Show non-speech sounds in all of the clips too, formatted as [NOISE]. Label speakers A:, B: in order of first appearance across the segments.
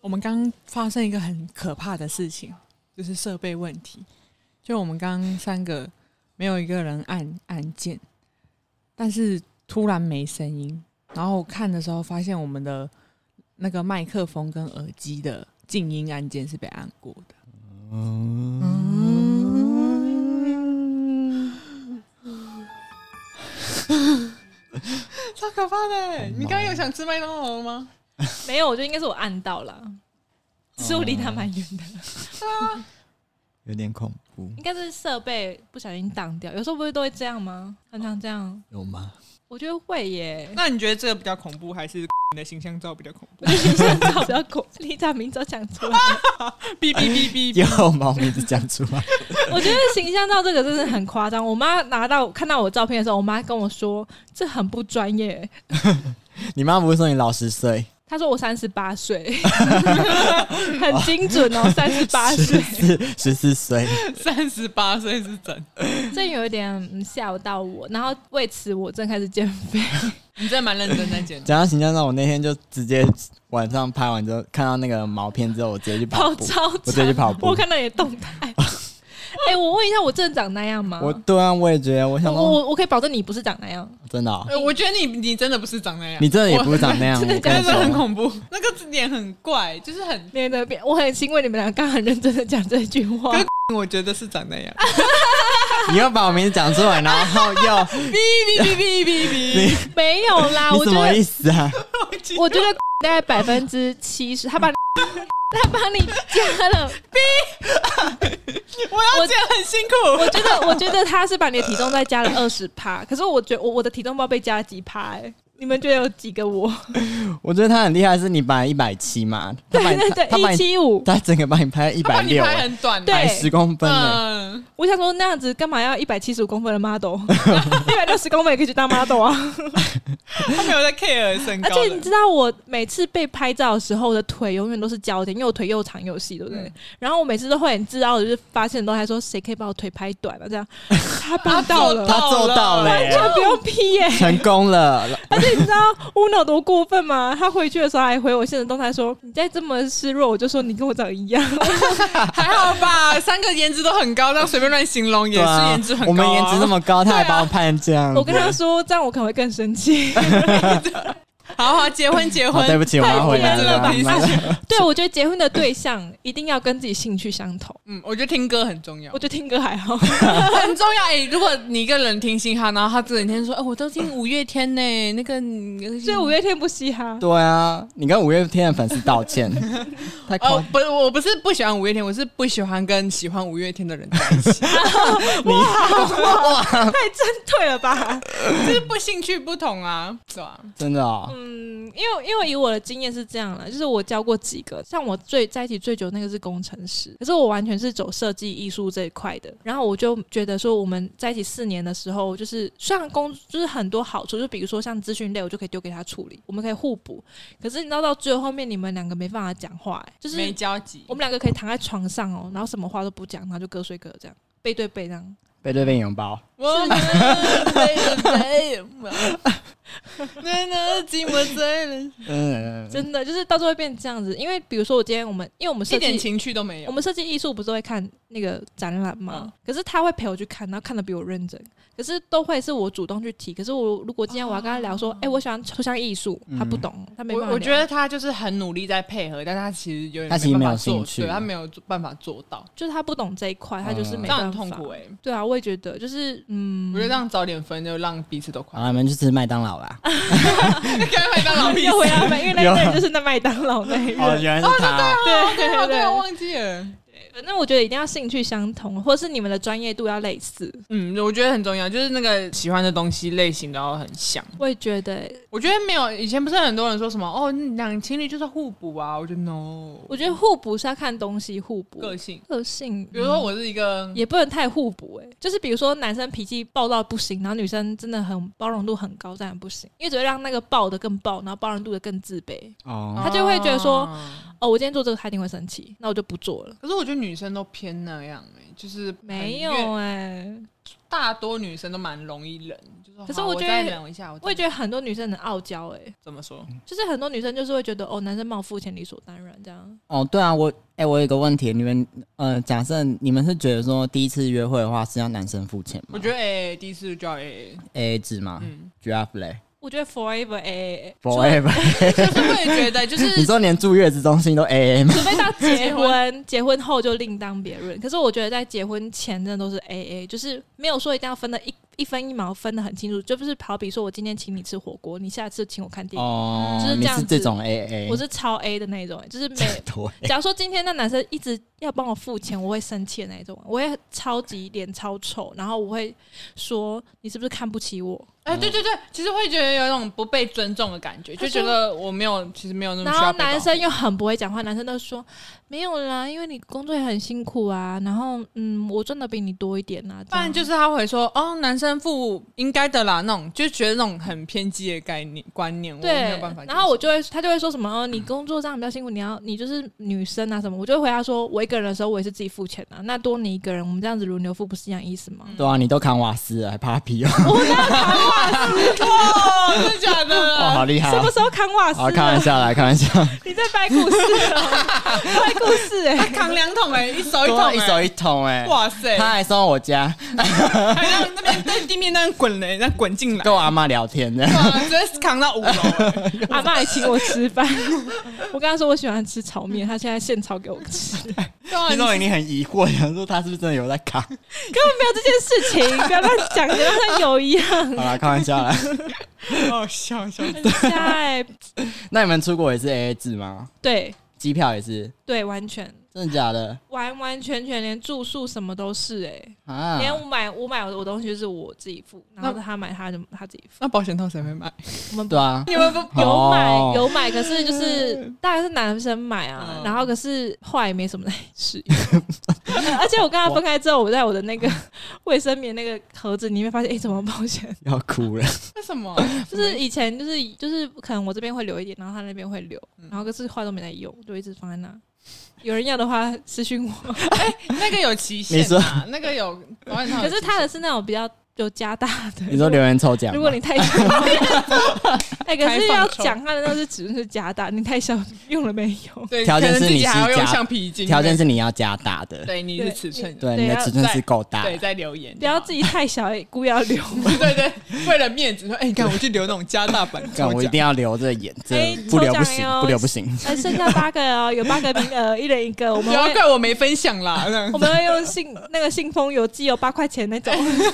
A: 我们刚发生一个很可怕的事情，就是设备问题。就我们刚三个没有一个人按按键，但是突然没声音。然后我看的时候发现我们的那个麦克风跟耳机的静音按键是被按过的。 [LAUGHS] 超可怕的！欸你刚刚有想吃麦当劳吗？
B: 没有，我觉得应该是我按到了，只是我离他蛮远的，
C: 有点恐怖，
B: 哦应该是设备不小心挡掉。有时候不是都会这样吗？常常这样，
C: 有吗？ [LAUGHS]
B: 我觉得会耶。
A: 那你觉得这个比较恐怖，还是 [LAUGHS] 你的形象照比较恐怖
B: 我？觉得形象照比较 [LAUGHS] 恐，你把名字都讲出来了。
A: 哔哔哔哔，
C: 有吗？我名字讲出来， [LAUGHS]
B: 我觉得形象照这个真的很夸张。我妈拿到看到我照片的时候，我妈跟我说这很不专业。
C: 你妈不是说你老十岁？ [LAUGHS]
B: 她说我三十八岁， [LAUGHS] 很精准哦，三十八 [LAUGHS] 岁，
C: 四十四岁，，
A: 三十八岁是真。
B: 这有一点嗯吓到我。然后为此我正开始减肥，
A: 你真的蛮认真在剪
C: 讲到形象照，我那天就直接晚上拍完之后，看到那个毛片之后，我直接去跑
B: 跑
C: 步。
B: 超
C: 我直接去跑步
B: 我看到你的动
C: [LAUGHS]
B: 态。哎、我问一下，我真的长那样吗？
C: 我对啊，我也觉得，我
B: 我
C: 想说，
B: 我我可以保证你不是长那样。
C: 真的哦、
A: 呃我觉得你你真的不是长那样，
C: 你真的也不是长那样，
B: 真的
C: 我
B: 假
C: 跟
A: 真
C: 你
A: 的很
C: 说，
A: 恐怖，那个脸很怪，就是
C: [LAUGHS]
A: 很，
B: 你的变，我很欣慰你们俩刚刚很认真的讲这句话
A: 可。我觉得是长那
C: 哎
A: 样。
C: 你又把我名字讲出来，然
A: [LAUGHS]
C: 后又
A: 哔哔哔哔哔哔，
B: 没有啦，
C: 你
B: 我
C: 什
B: 觉
C: 么
B: 得
C: 意思啊？
B: 我觉得大概百分之七十，
C: [LAUGHS]
B: 他把你他把你加了。
A: 我要剪很辛苦。
B: 我觉得，我觉得他是把你的体重再加了二十趴，可是我觉我我的体重不知道被加了几趴哎、你们觉得有几个我？
C: 我觉得他很厉害，是你本来一百七嘛，他
B: 对
C: 把你
B: [LAUGHS] 对
C: 他把
B: 对，一
C: 你
B: 七五。
C: 他整个把你拍一
A: 他把
C: 百
A: 你
C: 六，啊
A: 拍很短，
B: 对
C: 百十公分呢、
A: 嗯，
B: 我想说那样子干嘛要一百七十五公分的 model，一 [LAUGHS] 百六十公分也可以去当 model 啊！
A: 他没有在 care 身
B: 而
A: 高的，
B: 且你知道我每次被拍照的时候，我的腿永远都是焦点，因为我腿又长又细，对不对？
A: 嗯
B: 然后我每次都会很自傲，就是发现都还说谁可以把我腿拍短了、这样他办到了，
C: [LAUGHS] 他做到了、
B: 完全不用 P 耶、
C: 成功了，
B: 而且你知道 Uno 多过分吗？他回去的时候还回我现实动态说：“你再这么示弱，我就说你跟我长一样。
A: 还好吧？三个颜值都很高，但随便乱形容也
C: 对
A: 是
C: 啊
A: 颜值很高啊。
C: 我们颜值这么高，他还把我拍成这样”子。
B: 我跟他说：“这样我可能会更生气。
A: 好好结婚结
C: 哦，
A: 婚，
C: 对不起，我
B: 太
C: 要回来
B: 偏
C: 了，
B: 了吧
C: 慢慢来”
B: 对，我觉得结婚的对象一定要跟自己兴趣相投。
A: 嗯，我觉得听歌很重要
B: 我，觉得听歌还好，
A: 很重要。哎、如果你一个人听嘻哈，然后他整天说，哎、我都听五月天呢、那个，
B: 所以五月天不嘻哈。
C: 对啊，你跟五月天的粉丝道歉，太夸
A: 哦，不是，我不是不喜欢五月天，我是不喜欢跟喜欢五月天的人在一起，
B: 太针对了吧？
A: [LAUGHS] 就是不兴趣不同啊，对吧、
C: 真的哦，
B: 嗯，因为因为以我的经验是这样啦，就是我教过几个，像我最在一起最久那个是工程师，可是我完全是走设计艺术这一块的。然后我就觉得说，我们在一起四年的时候，就是虽然工就是很多好处，就比如说像资讯类，我就可以丢给他处理，我们可以互补。可是你知道到最后面，你们两个没办法讲话、欸，就是
A: 没交集
B: 我，们两个可以躺在床上哦、然后什么话都不讲，然后就各睡各的这样，背对背这样。
C: 背对背拥抱，
A: 我 [LAUGHS] 们没有没有，那那寂寞醉了，
C: 嗯，
B: 真的就是到最后会变这样子，因为比如说我今天我们，因为我们
A: 一
B: 设
A: 点
B: 计，
A: 情趣都没
B: 我
A: 有。
B: 们设计艺术不是会看那个展览吗？
A: 嗯
B: 可是他会陪我去看，然后看的比我认真，可是都会是我主动去提。可是我如果今天我要跟他聊
A: 哦
B: 说，哎、我喜欢抽象艺术，他不懂，他没
A: 我
B: 办法聊。
A: 我觉得他就是很努力在配合，但他其实有点
C: 他其实
A: 没办
C: 没有
A: 法做
C: 兴趣
A: 对他没有办法做到，
B: 就是他不懂这一块，他就是
C: 嗯
B: 没
A: 这样
B: 办
A: 很
B: 法。
A: 痛苦哎、
B: 对啊，我也觉得，就是嗯，
A: 我觉得让早点分，就让彼此都快 [LAUGHS]
C: 好，你们去吃麦当劳啦。
A: 该麦当劳屁事
B: [LAUGHS] 又回到麦，因为那一
C: 有
B: 阵就是那麦当劳那一
C: 哦，
B: 任。
C: 原来是他哦，
B: 对对
A: 哦 [LAUGHS] 对，我
B: 对对，
A: 忘记了。
B: 反正我觉得一定要兴趣相同，或者是你们的专业度要类似。
A: 嗯，我觉得很重要，就是那个喜欢的东西类型都要很像。
B: 我也觉得、欸
A: 我觉得没有，以前不是很多人说什么哦，两情侣就是互补啊？我觉得 no，
B: 我觉得互补是要看东西互补，
A: 个性。
B: 个性。
A: 比如说我是一个
B: 嗯。也不能太互补，哎，就是比如说男生脾气暴到不行，然后女生真的很包容度很高，这样不行，因为只会让那个暴的更暴，然后包容度的更自卑。
C: 哦，
B: 他就会觉得说
A: 啊
B: 哦，我今天做这个他一定会生气，那我就不做了。
A: 可是我觉得女生都偏那样哎、就是很
B: 没
A: 因为
B: 有哎、
A: 大多女生都蛮容易忍，就是
B: 可是
A: 好我
B: 我觉得
A: 再忍一下，我
B: 我也觉
A: 得
B: 得很多女生很傲娇哎、
A: 怎么说？
B: 就是很多女生就是会觉得哦，男生帮我付钱理所当然这样。
C: 哦，对啊，我哎、我有一个问题，你们呃，假设你们是觉得说第一次约会的话是要男生付钱吗？
A: 我觉得
B: 嗯
A: A A 第一次就要欸 A A，
C: A A 制吗
A: 嗯，
C: ？Giraffe 嘞
B: 我觉得 forever 哎、
C: ，Forever， [LAUGHS]
A: 就是我也觉得就
C: 你
A: 是
C: 说连住月子中心都 A A 吗？
B: 除非到
A: [LAUGHS]
B: 结婚，结婚后就另当别论。可是我觉得在结婚前真的都是 A A，就是没有说一定要分的一一分一毛分的很清楚，就不是好比说我今天请你吃火锅，你下次请我看电影，
C: 哦
B: 就是这
C: 你
B: 样
C: 是
B: 子
C: 这种 A A，
B: 我是超 A 的那种，欸
A: [LAUGHS]
B: 就是每。
C: 对。
B: 假如说今天那男生一直要帮我付钱，我会生气的那种，我会超级脸超丑，然后我会说你是不是看不起我？
A: 哎，对对对，其实会觉得有一种不被尊重的感觉，
B: 他
A: 就
B: 说
A: 觉得我没有，其实没有那么嗯
B: 然
A: 需要
B: 后
A: 被保护
B: 男生又很不会讲话，男生都说没有啦，因为你工作也很辛苦啊，然后嗯，我赚的比你多一点啊，
A: 不然
B: 这
A: 就
B: 样
A: 是他会说哦，男生付应该的啦，那种就觉得那种很偏激的概念观念，我没有
B: 对
A: 办法。，嗯
B: 然后我就会他就会说什么、哦，你工作上比较辛苦，你要你就是女生啊什么，我就会回答说，我一个人的时候我也是自己付钱啊，那多你一个人，我们这样子轮流付不是一样意思吗？
C: [LAUGHS]
A: 嗯
C: 对啊，你都扛瓦斯了，还怕皮哦？
A: 哦，真的假的
B: [LAUGHS]
C: [LAUGHS] 哇，好
A: 啦？
C: 厉害哦
B: 什！么时候砍瓦斯
C: 好，开玩
B: 了？
C: 笑啦，开玩笑。
B: 你在掰故事哦，掰故事哎、
A: 他扛两桶哎，一手一桶
C: 对啊
A: 哎，
C: 一手一桶哎，
A: 哇塞，
C: 他还送我家
A: 还让那边在地面那样滚嘞，那滚进来，
C: 跟我阿妈聊天
B: [LAUGHS] 哦
C: 的。
A: 哇，直接扛到五楼欸，
B: [LAUGHS] 阿妈也请我吃饭， [LAUGHS] 我跟她说我喜欢吃炒面，她现在现炒给我吃，根本
A: 对啊，你
C: 听众一定很疑惑，想说他是不是真的有在
B: [LAUGHS]
C: 扛？
B: 没有这件事情，不要乱讲，跟她有一样。
C: 好啦，开玩笑啦。
A: 好笑笑。
B: 很瞎欸
C: 那你们出国也是 A A 制吗？
B: 对
C: 机票也是？
B: 对，完全
C: 真的假的
B: 完完全全连住宿什么都是哎、
C: 啊？
B: 连我买我买我的东西就是我自己付，然后
A: 那
B: 他买他的他自己付。
A: 那保险套谁会买？
B: 我们
C: 对啊，
A: [LAUGHS] 你们不
B: 有
C: 哦
B: 买有买，可是就是大概是男生买啊
A: 嗯，
B: 然后可是后来也没什么在使用。而且我跟他分开之后，我在我的那个 [LAUGHS] 卫生棉那个盒子里面发现，哎、怎么保
C: [LAUGHS]
B: 险？
C: 要哭了。
A: 为什么？
B: 就是以前就是就是可能我这边会留一点，然后他那边会留，
A: 嗯
B: 然后可是话都没在用，就一直放在那。有人要的话私讯我。
A: [LAUGHS] 那个有期限
C: 你说
A: 啊，那个有保险套有期限，
B: 可是他的是那种比较有加大的。
C: 你说留言抽奖吗？
B: 如果你太小，哎、可是
A: 开放
B: 要
A: 抽
B: 讲他的那是只是加大，你太小用了没有？
A: 对，
C: 条件
A: 可能
C: 是
A: 自
C: 你
A: 己还要
C: 是
A: 用
C: 夹
A: 橡皮筋，
C: 条件是你要加大的，
A: 对你是尺寸的，
C: 对，
B: 对
C: 你的
B: 要
C: 尺寸是够大。
A: 对，在留言，
B: 不要自己太小，故意要
A: [LAUGHS]
B: 留。
A: 对对，为了面子说，哎，你看我去留那种加大版抽
C: [LAUGHS] 干
A: 奖，
C: 我一定要留着眼，这
B: 哎
C: 不留不
B: 抽奖
C: 行，
B: 哟
C: 不留不行。
B: 呃，剩下八个哦，有八个名额，一人一个。我
A: 不
B: 们
A: 要
B: 会
A: 啊怪我没分享
C: [LAUGHS]
A: 啦。这样
B: 我们会用信那个信封邮寄有八块钱那种。 [LAUGHS]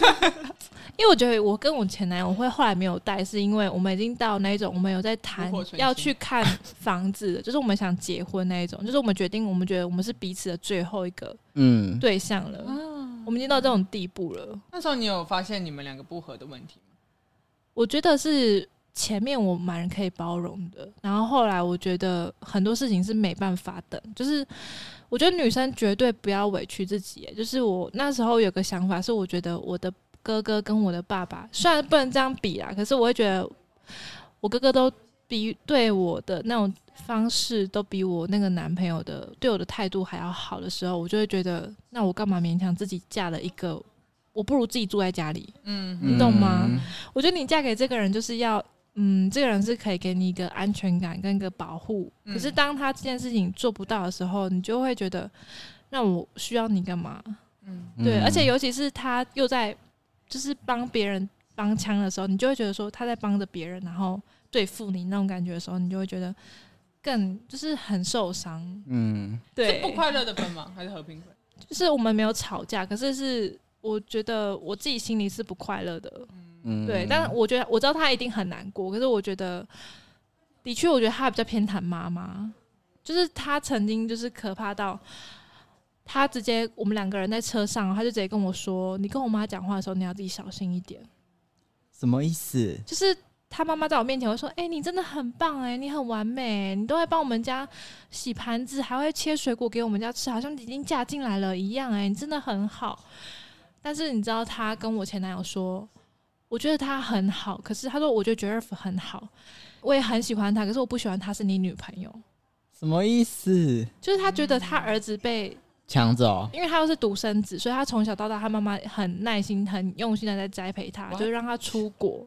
B: 因为我觉得我跟我前男友会后来没有带，是因为我们已经到那一种我们有在谈
A: 炉火纯青
B: 要去看房子的，就是我们想结婚那一种，就是我们决定我们觉得我们是彼此的最后一个
C: 嗯，
B: 对象了，
A: 啊
B: 我们已经到这种地步了。
A: 那时候你有发现你们两个不合的问题吗？
B: 我觉得是前面我蛮可以包容的，然后后来我觉得很多事情是没办法等，就是我觉得女生绝对不要委屈自己。就是我那时候有个想法是，我觉得我的哥哥跟我的爸爸虽然不能这样比啦，可是我会觉得我哥哥都比对我的那种方式都比我那个男朋友的对我的态度还要好的时候，我就会觉得那我干嘛勉强自己嫁了一个，我不如自己住在家里。
A: 嗯
B: 你懂吗
C: 嗯？
B: 我觉得你嫁给这个人就是要，嗯，这个人是可以给你一个安全感跟一个保护。
A: 嗯
B: 可是当他这件事情做不到的时候，你就会觉得，那我需要你干嘛？
A: 嗯，
B: 对，
C: 嗯
B: 而且尤其是他又在就是帮别人帮腔的时候，你就会觉得说他在帮着别人，然后对付你那种感觉的时候，你就会觉得更就是很受伤。
C: 嗯，
A: 是
B: 对，
A: 不快乐的分吗？还是和平分？
B: 就是我们没有吵架，可是是我觉得我自己心里是不快乐的。
C: 嗯
B: 对，但我觉得我知道他一定很难过，可是我觉得，的确，我觉得他比较偏袒妈妈，就是他曾经就是可怕到，他直接我们两个人在车上，他就直接跟我说：“你跟我妈讲话的时候，你要自己小心一点。
C: 什么意思”？
B: 就是他妈妈在我面前会说：“哎、你真的很棒哎、你很完美、你都会帮我们家洗盘子，还会切水果给我们家吃，好像已经嫁进来了一样哎、你真的很好。”但是你知道，她跟我前男友说，我觉得他很好，可是他说我觉得 Jeff 很好，我也很喜欢他，可是我不喜欢他是你女朋友。
C: 什什么意思？
B: 就是他觉得他儿子被，
C: 抢走？
B: 因为他又是独生子，所以他从小到大，他妈妈很耐心、很用心的在栽培他，
A: What？
B: 就是让他出国，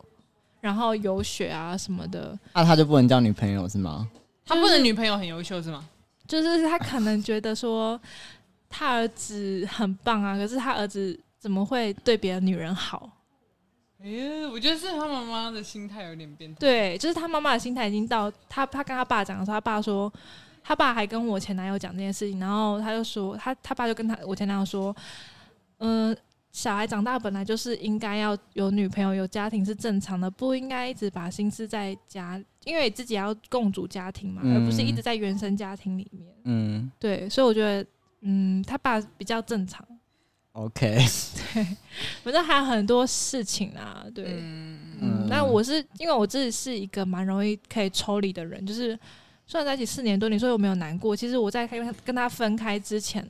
B: 然后游学啊什么的。
C: 那、他就不能交女朋友是吗？
A: 他不能女朋友很优秀是吗？
B: 就是他可能觉得说他儿子很棒啊，可是他儿子怎么会对别的女人好？
A: 哎、我觉得是他妈妈的心态有点变态。
B: 对，就是他妈妈的心态已经到他，他跟他爸讲的时候，他爸说，他爸还跟我前男友讲这件事情，然后他就说，他他爸就跟他我前男友说，嗯、小孩长大本来就是应该要有女朋友、有家庭是正常的，不应该一直把心思在家，因为自己要共组家庭嘛，
C: 嗯
B: 而不是一直在原生家庭里面。
C: 嗯
B: 对，所以我觉得，嗯，他爸比较正常，
C: ，OK，
B: 反正还有很多事情啊，对。
A: 嗯
B: 嗯，
C: 嗯
B: 但我是因为我自己是一个蛮容易可以抽离的人，就是虽然在一起四年多，你说有没有难过？其实我在跟他跟他分开之前，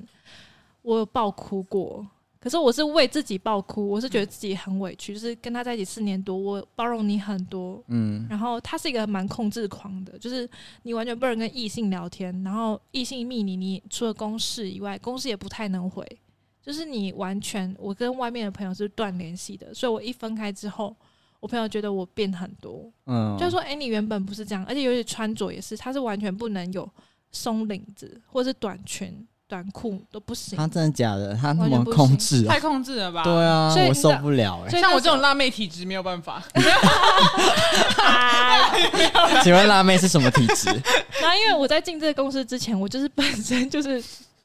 B: 我有爆哭过。可是我是为自己爆哭，我是觉得自己很委屈，就是跟他在一起四年多，我包容你很多。
C: [LAUGHS] 嗯
B: 然后他是一个蛮控制狂的，就是你完全不能跟异性聊天，然后异性密你，你除了公事以外，公事也不太能回，就是你完全我跟外面的朋友是断联系的，所以我一分开之后，我朋友觉得我变很多，
C: 嗯，
B: 就是说，哎、你原本不是这样，而且尤其穿着也是，他是完全不能有松领子或是短裙、短裤都不行。
C: 他真的假的？他那
B: 完全
C: 么
B: 不行
C: 控制啊、
A: 太控制了吧？
C: 对啊
B: 所以，
C: 我
B: 你知道
C: 受不了
B: [LAUGHS]
C: 哎、
B: 所以
A: 像我
B: 那
A: 这种辣妹体质没有办法，
C: 请问辣妹是什么体
B: [LAUGHS]
C: 质？
B: 然后因为我在进这个公司之前，我就是本身就是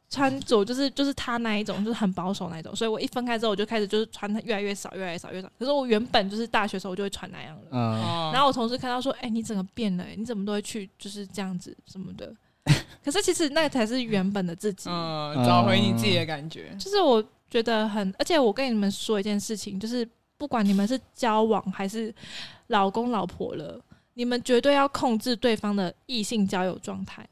B: 穿着就是就是他那一种，就是很保守那一种，所以我一分开之后，我就开始就是穿的越来越少，越来越少，越来越少。可是我原本就是大学时候我就会穿那样了。
C: 嗯，
A: 然
B: 然后我同事看到说：“哎、你怎么变了、哎你怎么都会去就是这样子什么的？” [LAUGHS] 可是其实那才是原本的自己。
A: 嗯，找回你自己的感觉。
B: 就是我觉得很，而且我跟你们说一件事情，就是不管你们是交往还是老公老婆了，你们绝对要控制对方的异性交友状态。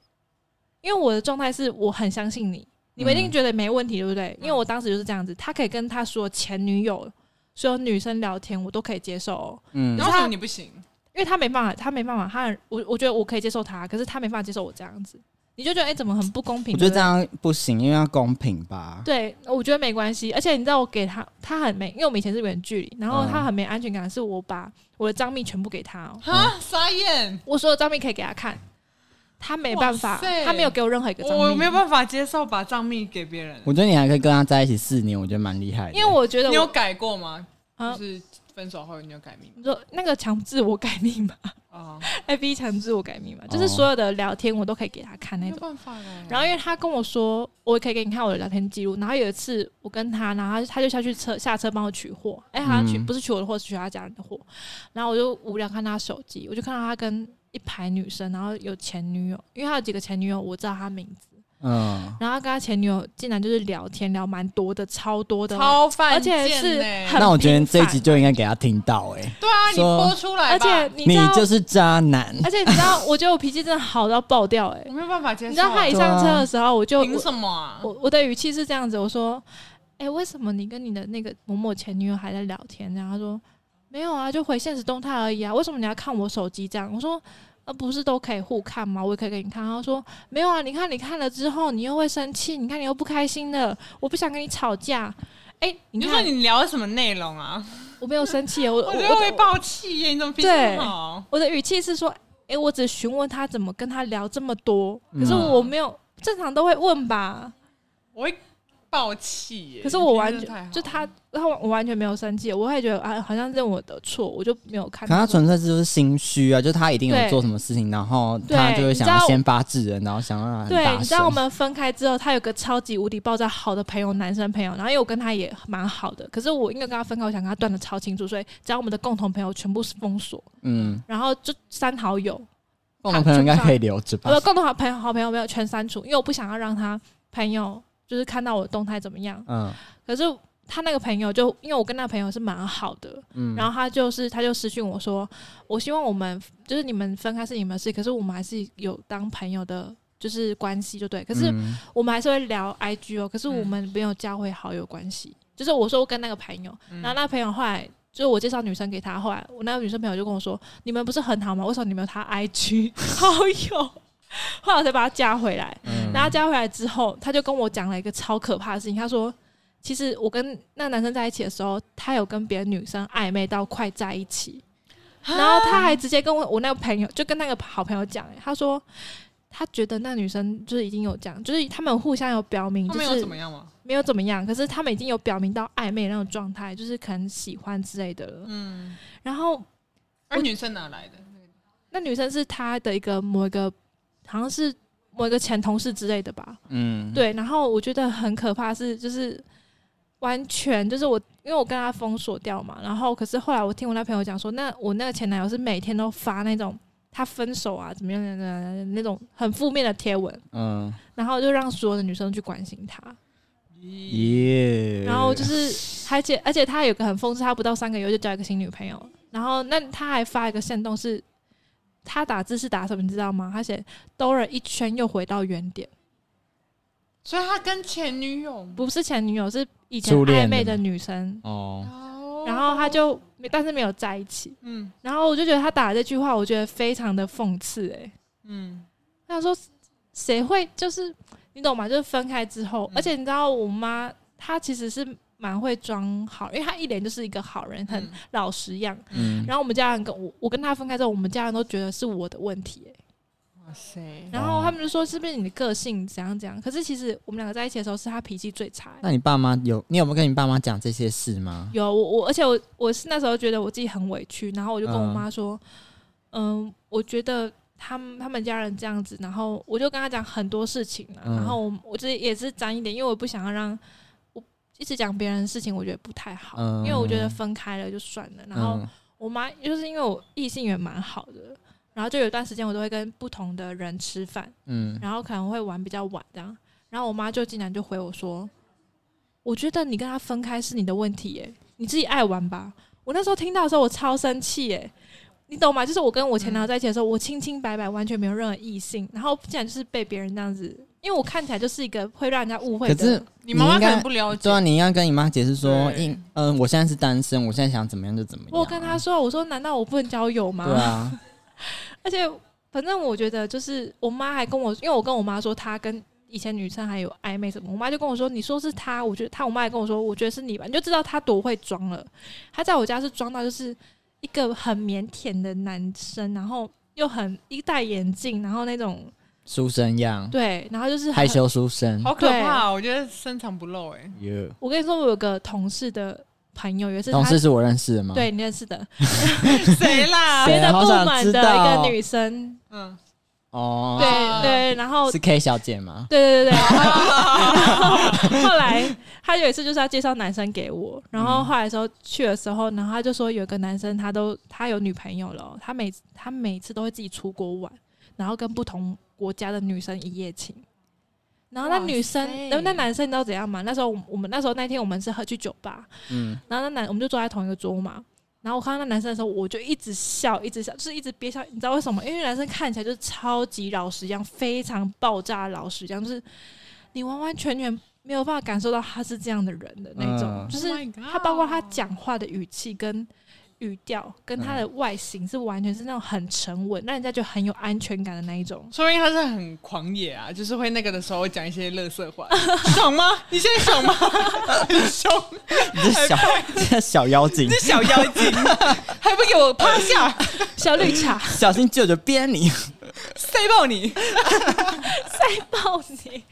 B: 因为我的状态是我很相信你，你们一
C: 嗯
B: 定觉得没问题，对不对？因为我当时就是这样子，他可以跟他所有前女友、所有女生聊天，我都可以接受、哦。
C: 嗯
A: 然后为什么你不行？
B: 因为他没办法，他没办法，他很我我觉得我可以接受他，可是他没办法接受我这样子，你就觉得哎、怎么很不公平？
C: 我觉
B: 对
C: 得
B: 不
C: 这
B: 对
C: 样不行，因为要公平吧。
B: 对，我觉得没关系。而且你知道，我给他，他很没，因为我们以前是远距离，然后他
C: 嗯
B: 很没安全感，是我把我的账密全部给他、哦，
A: 哈，
C: 嗯
A: 傻眼，
B: 我所有账密可以给他看，他没办法
A: 哇塞，
B: 他没有给我任何一个账密，
A: 我没有办法接受把账密给别人。
C: 我觉得你还可以跟他在一起四年，我觉得蛮厉害的。
B: 因为我觉得
A: 你有
B: 我
A: 改过吗？
B: 啊
A: 就，是分手后你有改密
B: 你说那个强制我改密码 [LAUGHS]
A: 吗？啊，
B: ，A B 强制我改密码，就是
C: 哦
B: 所有的聊天我都可以给他看那
A: 没
B: 种
A: 有。办法哦了。
B: 然后因为他跟我说，我可以给你看我的聊天记录。然后有一次我跟他，然后他就他就下去车下车帮我取货，哎、好像取、
C: 嗯
B: 不是取我的货，是取他家人的货。然后我就无聊看他手机，我就看到他跟一排女生，然后有前女友，因为他有几个前女友，我知道他名字。
C: 嗯，
B: 然后他跟他前女友竟然就是聊天聊蛮多的，超多的哦，
A: 超犯
B: 而且
A: 贱
B: 是
A: 呢
B: 很
C: 那我觉得
B: 平
C: 这一集
B: 凡
C: 就应该给他听到哎、
A: 对啊，你
C: 说
A: 播出来
B: 而
A: 吧，
B: 且你知
C: 你
B: 道，
C: 就是渣男。
B: 而且你知道，我觉得我脾气真的好到爆掉哎、
A: 我没有办法接受。
B: 你知道他一上车的时候，我就
A: 凭
B: 我
A: 什么啊？
B: 我我的语气是这样子，我说：“哎、为什么你跟你的那个某某前女友还在聊天？”然后他说：“没有啊，就回现实动态而已啊，为什么你要看我手机这样？”我说：“呃，不是都可以互看吗？我也可以给你看。”他说：“没有啊，你看你看了之后，你又会生气，你看你又不开心了，我不想跟你吵架。哎、
A: 你
B: 你
A: 就说
B: 看
A: 你聊了什么内容啊？
B: 我没有生气，哦我
A: [LAUGHS] 我
B: 我
A: 觉得会
B: 我
A: 爆气耶！你怎么脾气那么好？
B: 我的语气是说：哎、我只询问他怎么跟他聊这么多，可是
C: 嗯
B: 我没有正常都会问吧。”
A: 我会爆气耶！
B: 可是我完
A: 你脾气真的太好
B: 全就他，他我完全没有生气，我会觉得啊，好像是我的错，我就没有看
C: 可能
B: 到。
C: 他纯粹就是心虚啊，就他一定有
B: 对
C: 做什么事情，然后
B: 对
C: 他就会想
B: 你知
C: 要
B: 道
C: 先发制人，然后想让他很大
B: 对，
C: 声。
B: 你知道我们分开之后，他有个超级无敌爆炸好的朋友，男生朋友，然后因为我跟他也蛮好的，可是我因为跟他分开，我想跟他断的超清楚，所以只要我们的共同朋友全部是封锁，
C: 嗯，
B: 然后就删好友，
C: 共同朋友应该可以留着吧
B: 我？的共同好朋友好朋友没有全删除，因为我不想要让他朋友就是看到我的动态怎么样。
C: 嗯
B: 可是他那个朋友就因为我跟那个朋友是蛮好的，
C: 嗯，
B: 然后他就是他就私讯我说，我希望我们就是你们分开是你们的事，可是我们还是有当朋友的，就是关系就对。可是
C: 嗯
B: 我们还是会聊 IG 哦，可是我们没有加回好友关系。就是我说我跟那个朋友，
A: 嗯
B: 然后那个朋友后来。就是我介绍女生给 [LAUGHS] 他，后来我那个女生朋友就跟我说：“你们不是很好吗？为什么你们有他 IG 好友？”后来我才把他加回来。
C: 嗯
B: 然后他加回来之后，他就跟我讲了一个超可怕的事情。他说，其实我跟那男生在一起的时候，他有跟别的女生暧昧到快在一起，然后他还直接跟我我那个朋友，就跟那个好朋友讲、欸他说他觉得那女生就是已经有讲，就是他们互相有表明，
A: 他
B: 就
A: 们有
B: 是
A: 怎么样吗？
B: 没有怎么样，可是他们已经有表明到暧昧那种状态，就是可能喜欢之类的了。
A: 嗯，
B: 然后
A: 而啊女生哪来的？
B: 那女生是他的一个某一个，好像是某一个前同事之类的吧，
C: 嗯，
B: 对，然后我觉得很可怕是，就是完全就是我，因为我跟他封锁掉嘛，然后可是后来我听我那朋友讲说，那我那个前男友是每天都发那种他分手啊怎么样怎么样怎么样那种很负面的贴文，
C: 嗯，
B: 然后就让所有的女生去关心他，
A: 咦，
C: 耶，
B: 然后就是而且而且他有个很讽刺，他不到三个月就交一个新女朋友，然后那他还发一个线动是。他打字是打什么，你知道吗？他写兜了一圈又回到原点，
A: 所以他跟前女友
B: 不是前女友，是以前
C: 初恋
B: 暧昧
C: 的
B: 的女生。
C: 哦，
A: 哦
B: 然后他就没，但是没有在一起。
A: 嗯
B: 然后我就觉得他打的这句话，我觉得非常的讽刺、欸。哎，
A: 嗯，
B: 他说谁会就是你懂吗？就是分开之后，
A: 嗯
B: 而且你知道我妈她其实是蛮会装好，因为她一脸就是一个好人，很
A: 嗯
B: 老实样。
C: 嗯，
B: 然后我们家人跟我我跟她分开之后，我们家人都觉得是我的问题、欸。
A: 哇塞，
B: 然后他们就说是不是你的个性怎样怎样？可是其实我们两个在一起的时候，是她脾气最差、欸
C: 那你爸妈有，你有没有跟你爸妈讲这些事吗？
B: 有我我，而且我我是那时候觉得我自己很委屈，然后我就跟我妈说，嗯、我觉得他们他们家人这样子，然后我就跟他讲很多事情啊，
C: 嗯
B: 然后我我就是也是沾一点，因为我不想要让我一直讲别人的事情，我觉得不太好，
C: 嗯
B: 因为我觉得分开了就算了。然后我妈就是因为我异性缘蛮好的，然后就有一段时间我都会跟不同的人吃饭，
C: 嗯，嗯，
B: 然后可能会玩比较晚这样。然后我妈就竟然就回我说：“我觉得你跟他分开是你的问题、耶，你自己爱玩吧。”我那时候听到的时候，我超生气耶、你懂吗？就是我跟我前
C: 嗯
B: 男友在一起的时候，我清清白白，完全没有任何异性，然后竟然就是被别人这样子，因为我看起来就是一个会让人家误会
C: 可是
B: 的。
A: 你妈妈
C: 应
A: 可
C: 该
A: 能不了解
C: 对，啊，你要跟你妈解释说，
A: 对
C: 因嗯、我现在是单身，我现在想怎么样就怎么样。
B: 我跟他说：“我说难道我不能交友吗？”
C: 对啊，
B: 而且反正我觉得就是我妈还跟我，因为我跟我妈说她跟以前女生还有暧昧什么，我妈就跟我说你说是她，我觉得她我妈也跟我说，我觉得是你吧，你就知道她多会装了。她在我家是装到就是一个很腼腆的男生，然后又很一戴眼镜，然后那种
C: 书生样，
B: 对，然后就是很
C: 害。羞书生。
A: 好可怕哦！我觉得深藏不露哎，
C: 哟
B: 我跟你说，我有个同事的朋友，有一次
C: 同
B: 他
C: 事是我认识的吗？，
B: 对你认识的
A: 谁啦？
C: 谁
B: 别的
C: 好
B: 部
C: 想
B: 门
C: 知
B: 的一
C: 道
B: 个女生，
A: 嗯，
C: 哦，
B: 对对，然后
C: 是 K 小
B: [LAUGHS]
C: 姐吗？
B: 对对对对，然后 [LAUGHS] 后来他有一次就是要介绍男生给我，然后后来的时候去的时候，然后他就说有个男生他都他有女朋友了哦，他每他每次都会自己出国玩，然后跟不同国家的女生一夜情。然后那
A: 哇
B: 女生
A: 塞，
B: 那那男生你知道怎样吗？那时候我们我们那时候那天我们是喝去酒吧，
C: 嗯，
B: 然后那男我们就坐在同一个桌嘛。然后我看到那男生的时候，我就一直笑，一直笑，就是一直憋笑。你知道为什么？因为男生看起来就是超级老实一样，非常爆炸老实一样，就是你完完全全没有办法感受到他是这样的人的那种。
C: 嗯
B: 就是
A: Oh my God
B: 他包括他讲话的语气跟语调，跟他
C: 嗯
B: 的外形是完全是那种很沉稳，让人家觉得很有安全感的那
A: [LAUGHS]
B: 一种。
A: 说明他是很狂野啊，就是会那个的时候会讲一些乐色话，爽吗？你现在爽吗？很凶，
C: 你这小你这小妖精
A: 你，小妖精， [LAUGHS] 还不给我趴下，
B: 小绿茶 [LAUGHS]
C: 小心舅舅鞭 [LAUGHS] 你。
A: 塞爆你！
B: 再抱你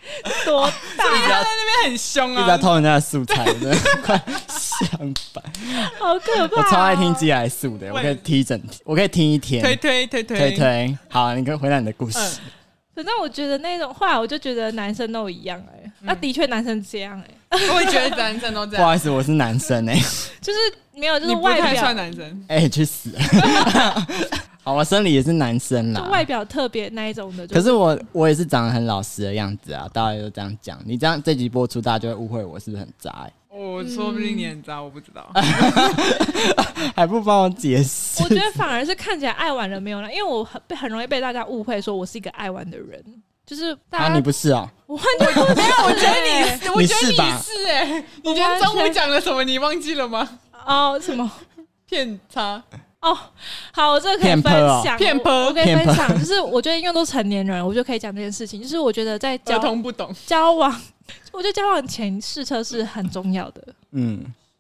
B: 多
A: [LAUGHS] 他
B: 大？
A: 在那边很凶
C: 一直在
A: 啊，
C: 偷人家的素材，真的快相反。
B: 好可怕、
C: 我超爱听鸡来素的，我可以听一整天，我可以听一天。
A: 推推推
C: 推
A: 推，
C: 推，好，你可以回答你的故事。
A: 嗯
B: 反正我觉得那种，后来我就觉得男生都一样哎、那、的确男生这样哎、
A: 我也觉得男生都这
C: 不
A: 样，
C: 好意思，我是男生哎、
B: 就是没有就是
A: 你不
B: 外
A: 太
B: 表
A: 算男生，
C: [LAUGHS] 哎、去死！ [LAUGHS] 好，我生理也是男生
B: 就
C: 啦。
B: 外表特别那一种的，就
C: 可是我我也是长得很老实的样子啊，大家都这样讲。你这样这集播出，大家就会误会我是不是很渣、欸？
A: 我哦说不定你很渣，我不知道。
C: 欸还不帮我解释
B: 我？觉得反而是看起来爱玩的没有了，因为我很被很容易被大家误会说我是一个爱玩的人，就是大
C: 啊，
B: 家、
C: 你不是哦、
B: 我完全不哎没有，我觉得你
A: 我觉得
C: 你是吧
A: 你是哎，你今天中午讲了什么？你忘记了吗？
B: 哦什么
A: 骗他，
B: 好，我这个可以
C: 骗
B: 分
C: 婆哦
B: 享，
A: 骗
B: 啊我
A: 婆
B: 我可以
C: 骗
B: 分
C: 婆
B: 享，就是我觉得因为都成年人，我就可以讲这件事情。就是我觉得在
A: 交
B: 交
A: 通不懂，
B: 交往，我觉得交往前试车是很重要的，
C: 嗯，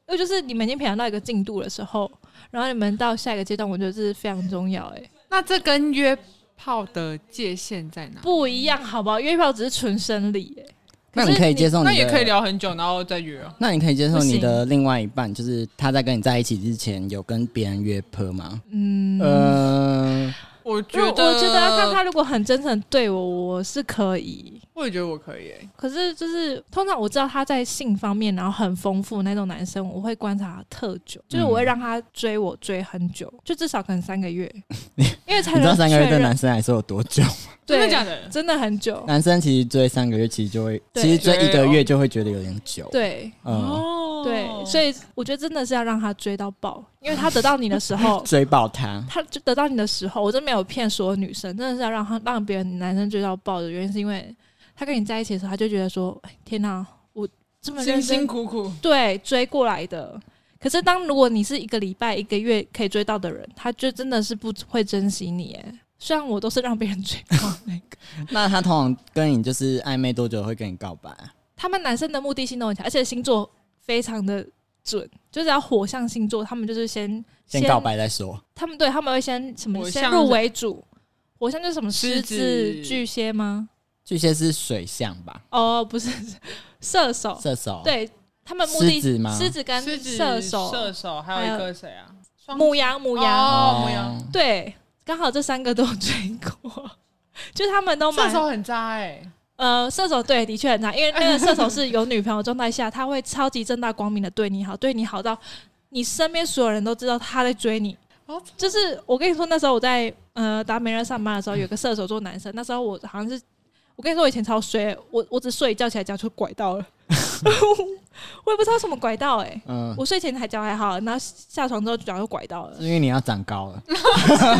B: 因为就是你们已经培养到一个进度的时候，然后你们到下一个阶段，我觉得这是非常重要、欸。哎，
A: 那这跟约炮的界限在哪？
B: 不一样，好不好？约炮只是纯生理、欸，
C: 那你可以接受你的，
A: 那也可以聊很久，然后再约啊。
C: 那你可以接受
B: 不行
C: 你的另外一半，就是他在跟你在一起之前有跟别人约炮吗？
B: 嗯。
C: 呃，
A: 我觉
B: 如
A: 得，
B: 我觉得要看他如果很真诚对我，我是可以。
A: 我也觉得我可以、欸。
B: 可是就是通常我知道他在性方面，然后很丰富那种男生，我会观察特久，就是
C: 嗯
B: 我会让他追我追很
C: [LAUGHS]
B: 久，就至少可能三个月，因为才
C: 你知道
B: 能
C: 三个月对
B: 确认
C: 男生来说有多久？
A: 真的
B: 对
A: 假的？
B: 真的很久，
C: 男生其实追三个月，其实就会，
B: 对
C: 其实追一个月就会觉得有点久。，
B: 对
C: 嗯，，
A: 哦
B: 对，所以我觉得真的是要让他追到爆，因为他得到你的时候
C: 追爆他，
B: 他就得到你的时候，我真没有骗所有女生，真的是要让他让别人男生追到爆的原因，是因为他跟你在一起的时候，他就觉得说，哎，天哪，我这么认
A: 辛
B: 真
A: 辛苦苦，
B: 对追过来的。可是，当如果你是一个礼拜、一个月可以追到的人，他就真的是不会珍惜你。哎，虽然我都是让别人追爆那个，
C: 那他通常跟你就是暧昧多久会跟你告白啊？
B: 他们男生的目的性都很强，而且星座非常的准，就是要火象星座，他们就是先
C: 先告，白再说。
B: 他们对他们会先什么
A: 火
B: 先
A: 象
B: 入
A: 是
B: 为主。火象就是什么
A: 狮
B: 狮子、
A: 子
B: 巨蟹吗？
C: 巨蟹是水象吧？
B: 哦，不是，射手。
C: 射手，，
B: 对他们目的
C: 狮子吗
B: 狮子跟
A: 狮子、
B: 射手、
A: 射手，还有一个谁啊？双
B: 母羊、母羊。
A: 哦，母羊。
B: 对，刚好这三个都有追过， [LAUGHS] 就是他们都
A: 射
B: 蛮
A: 手很渣哎、
B: 呃射手对，的确很差，因为那个射手是有女朋友的状态下，他会超级正大光明的对你好，对你好到你身边所有人都知道他在追你
C: [LAUGHS]
A: 哦。
B: 就是我跟你说，那时候我在呃达美乐上班的时候，有个射手座男生，那时候我好像是。我跟你说，我以前超衰，我我只睡一觉起来脚就拐到了，我也不知道什么拐到哎、
C: 嗯，
B: 我睡前还脚还好，然后下床之后脚就拐到了
C: 是，因为你要长高
B: [LAUGHS]
C: 了，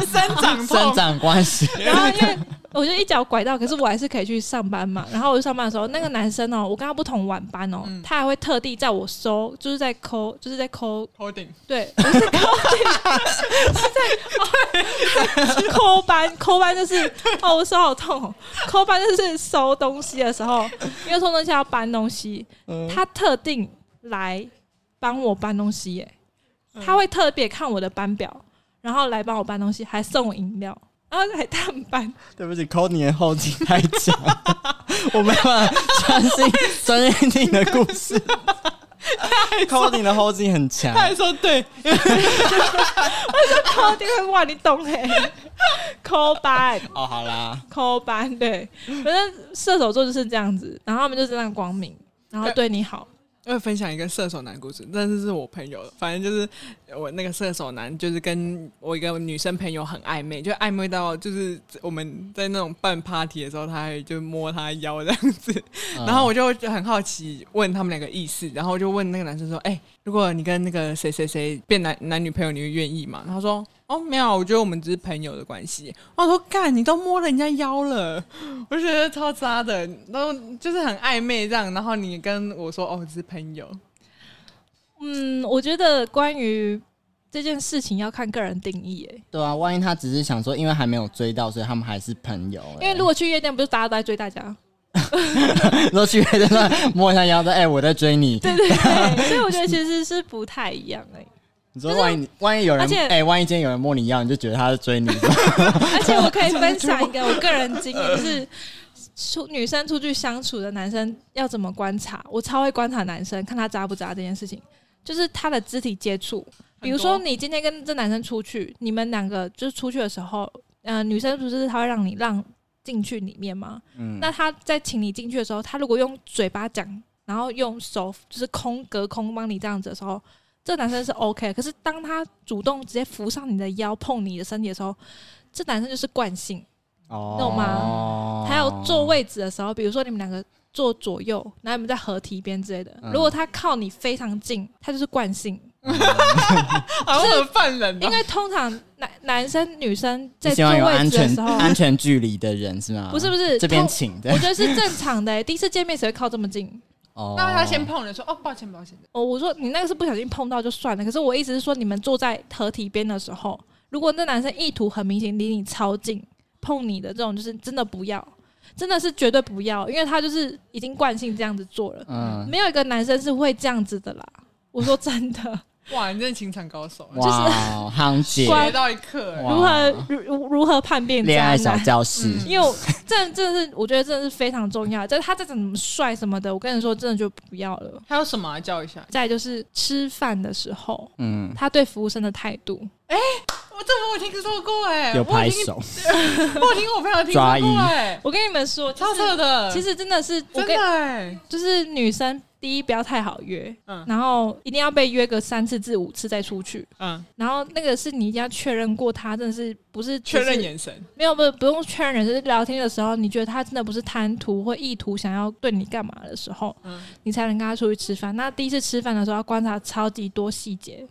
A: 生长
C: 生
A: 痛，
C: 长关系。
B: 然后因为我就一脚拐到，可是我还是可以去上班嘛。然后我就上班的时候，那个男生哦、我跟他不同晚班哦、
A: 嗯
B: 他还会特地在我收，就是在抠，就是在抠，
A: 头顶
B: 对， [LAUGHS] 不是抠，是在抠班，抠班就是哦，我手好痛哦，抠班就是收东西的时候，因为收东西要搬东西，他特定来帮我搬东西耶、他会特别看我的班表，然后来帮我搬东西，还送我饮料。然后还探班，
C: 对不起，抠你的后颈太长，我没办法专心专心听你的故事。抠你的后颈很强
A: 他，还说对，
B: 抠这个哇，你懂哎、抠班，
C: 哦，
B: [LAUGHS]
C: 好啦，
B: 抠班，对，反正射手座就是这样子，然后他们就是这样光明，然后对你好，
A: 我有分享一个射手男故事，但是是我朋友的，反正就是我那个射手男，就是跟我一个女生朋友很暧昧，就暧昧到就是我们在那种办 party 的时候，他还就摸她腰这样子，
C: 嗯
A: 然后我就很好奇问他们两个意思，然后我就问那个男生说：“哎、如果你跟那个谁谁谁变男男女朋友，你会愿意吗？”然后他说：“哦，没有，我觉得我们只是朋友的关系。”我说：“干，你都摸人家腰了， [LAUGHS] 我就觉得超渣的，然后就是很暧昧这样。然后你跟我说：‘哦，只是朋友。 [LAUGHS]
B: 嗯，我觉得关于这件事情要看个人定义、欸，
C: 对啊，万一他只是想说，因为还没有追到，所以他们还是朋友、哎
B: 因为如果去夜店，不是大家都在追大家，
C: 如果去在那摸一下腰，说：“哎、我在追你。
B: 对对对，所 [LAUGHS] 以我觉得其实是不太一样哎、
C: 你说万一你万一有人
B: 而且
C: 哎、万一今天有人摸你腰，你就觉得他在追你，
B: 而且我可 [LAUGHS] 以分享一个我个人经验，就是出女生出去相处的男生要怎么观察，我超会观察男生，看他渣不渣这件事情，就是他的肢体接触。比如说，
A: 很多
B: 你今天跟这男生出去，你们两个就是出去的时候，呃，女生不是她会让你让进去里面吗？
C: 嗯，
B: 那他在请你进去的时候，他如果用嘴巴讲，然后用手就是空隔空帮你这样子的时候，这男生是 OK。可是当他主动直接扶上你的腰碰你的身体的时候，这男生就是惯性。
C: 哦
B: 懂吗还有坐位置的时候，比如说你们两个坐左右，然后你们在河堤边之类的，
C: 嗯
B: 如果他靠你非常近，他就是惯性。
A: 好像很犯人
B: 因
A: 哦，
B: 为通常男男生女生在
C: 嗯你喜
B: 坐
C: 欢有
B: 位
C: 安
B: 置的
C: 全
B: 时候，
C: 安全距离的人是吗？
B: 不是不是
C: 这边
B: 通
C: 请 [LAUGHS]
B: 我
C: 的
B: 觉得是正常的欸、第一次见面谁会靠这么近？
C: 哦，
A: 那他先碰了，说：“哦，抱歉，抱歉。
B: 哦，我说你那个是不小心碰到就算了，可是我意思是说，你们坐在河堤边的时候，如果那男生意图很明显离你超近，碰你的这种，就是真的不要，真的是绝对不要，因为他就是已经惯性这样子做了，
C: 嗯，
B: 没有一个男生是会这样子的啦。我说真的，”
A: 哇，你真的情场高手，啊
C: 哇，
B: [LAUGHS]
C: 夯姐
B: 乖
A: 学到一课欸。
C: 哇
B: [LAUGHS] 如何如如何叛变
C: 恋
B: 渣
C: 爱小
B: 男？
C: 教室，
A: 嗯
B: 因为我这真的是，我觉得真的是非常重要。就是他再怎么帅什么的，我跟你说，真的就不要了。
A: 还有什么啊教一下？
B: 再来就是吃饭的时候，
C: 嗯，
B: 他对服务生的态度，
A: 我这我有听说过哎，
C: 有
A: 我
C: 拍
A: 有听，
C: 手，
A: 我有听我朋友听说
C: 抓一
A: 过哎，
B: 我跟你们说，就
A: 超
B: 是
A: 色的，
B: 其实真的是我
A: 真
B: 跟
A: 的哎，
B: 就是女生第一不要太好约，
A: 嗯
B: 然后一定要被约个三次至五次再出去，
A: 嗯，
B: 然后那个是你一定要确认过他真的是不是只
A: 确
B: 是
A: 认眼神，
B: 没有不不用确认人，就是聊天的时候你觉得他真的不是贪图或意图想要对你干嘛的时候，
A: 嗯
B: 你才能跟他出去吃饭。那第一次吃饭的时候要观察超级多细节，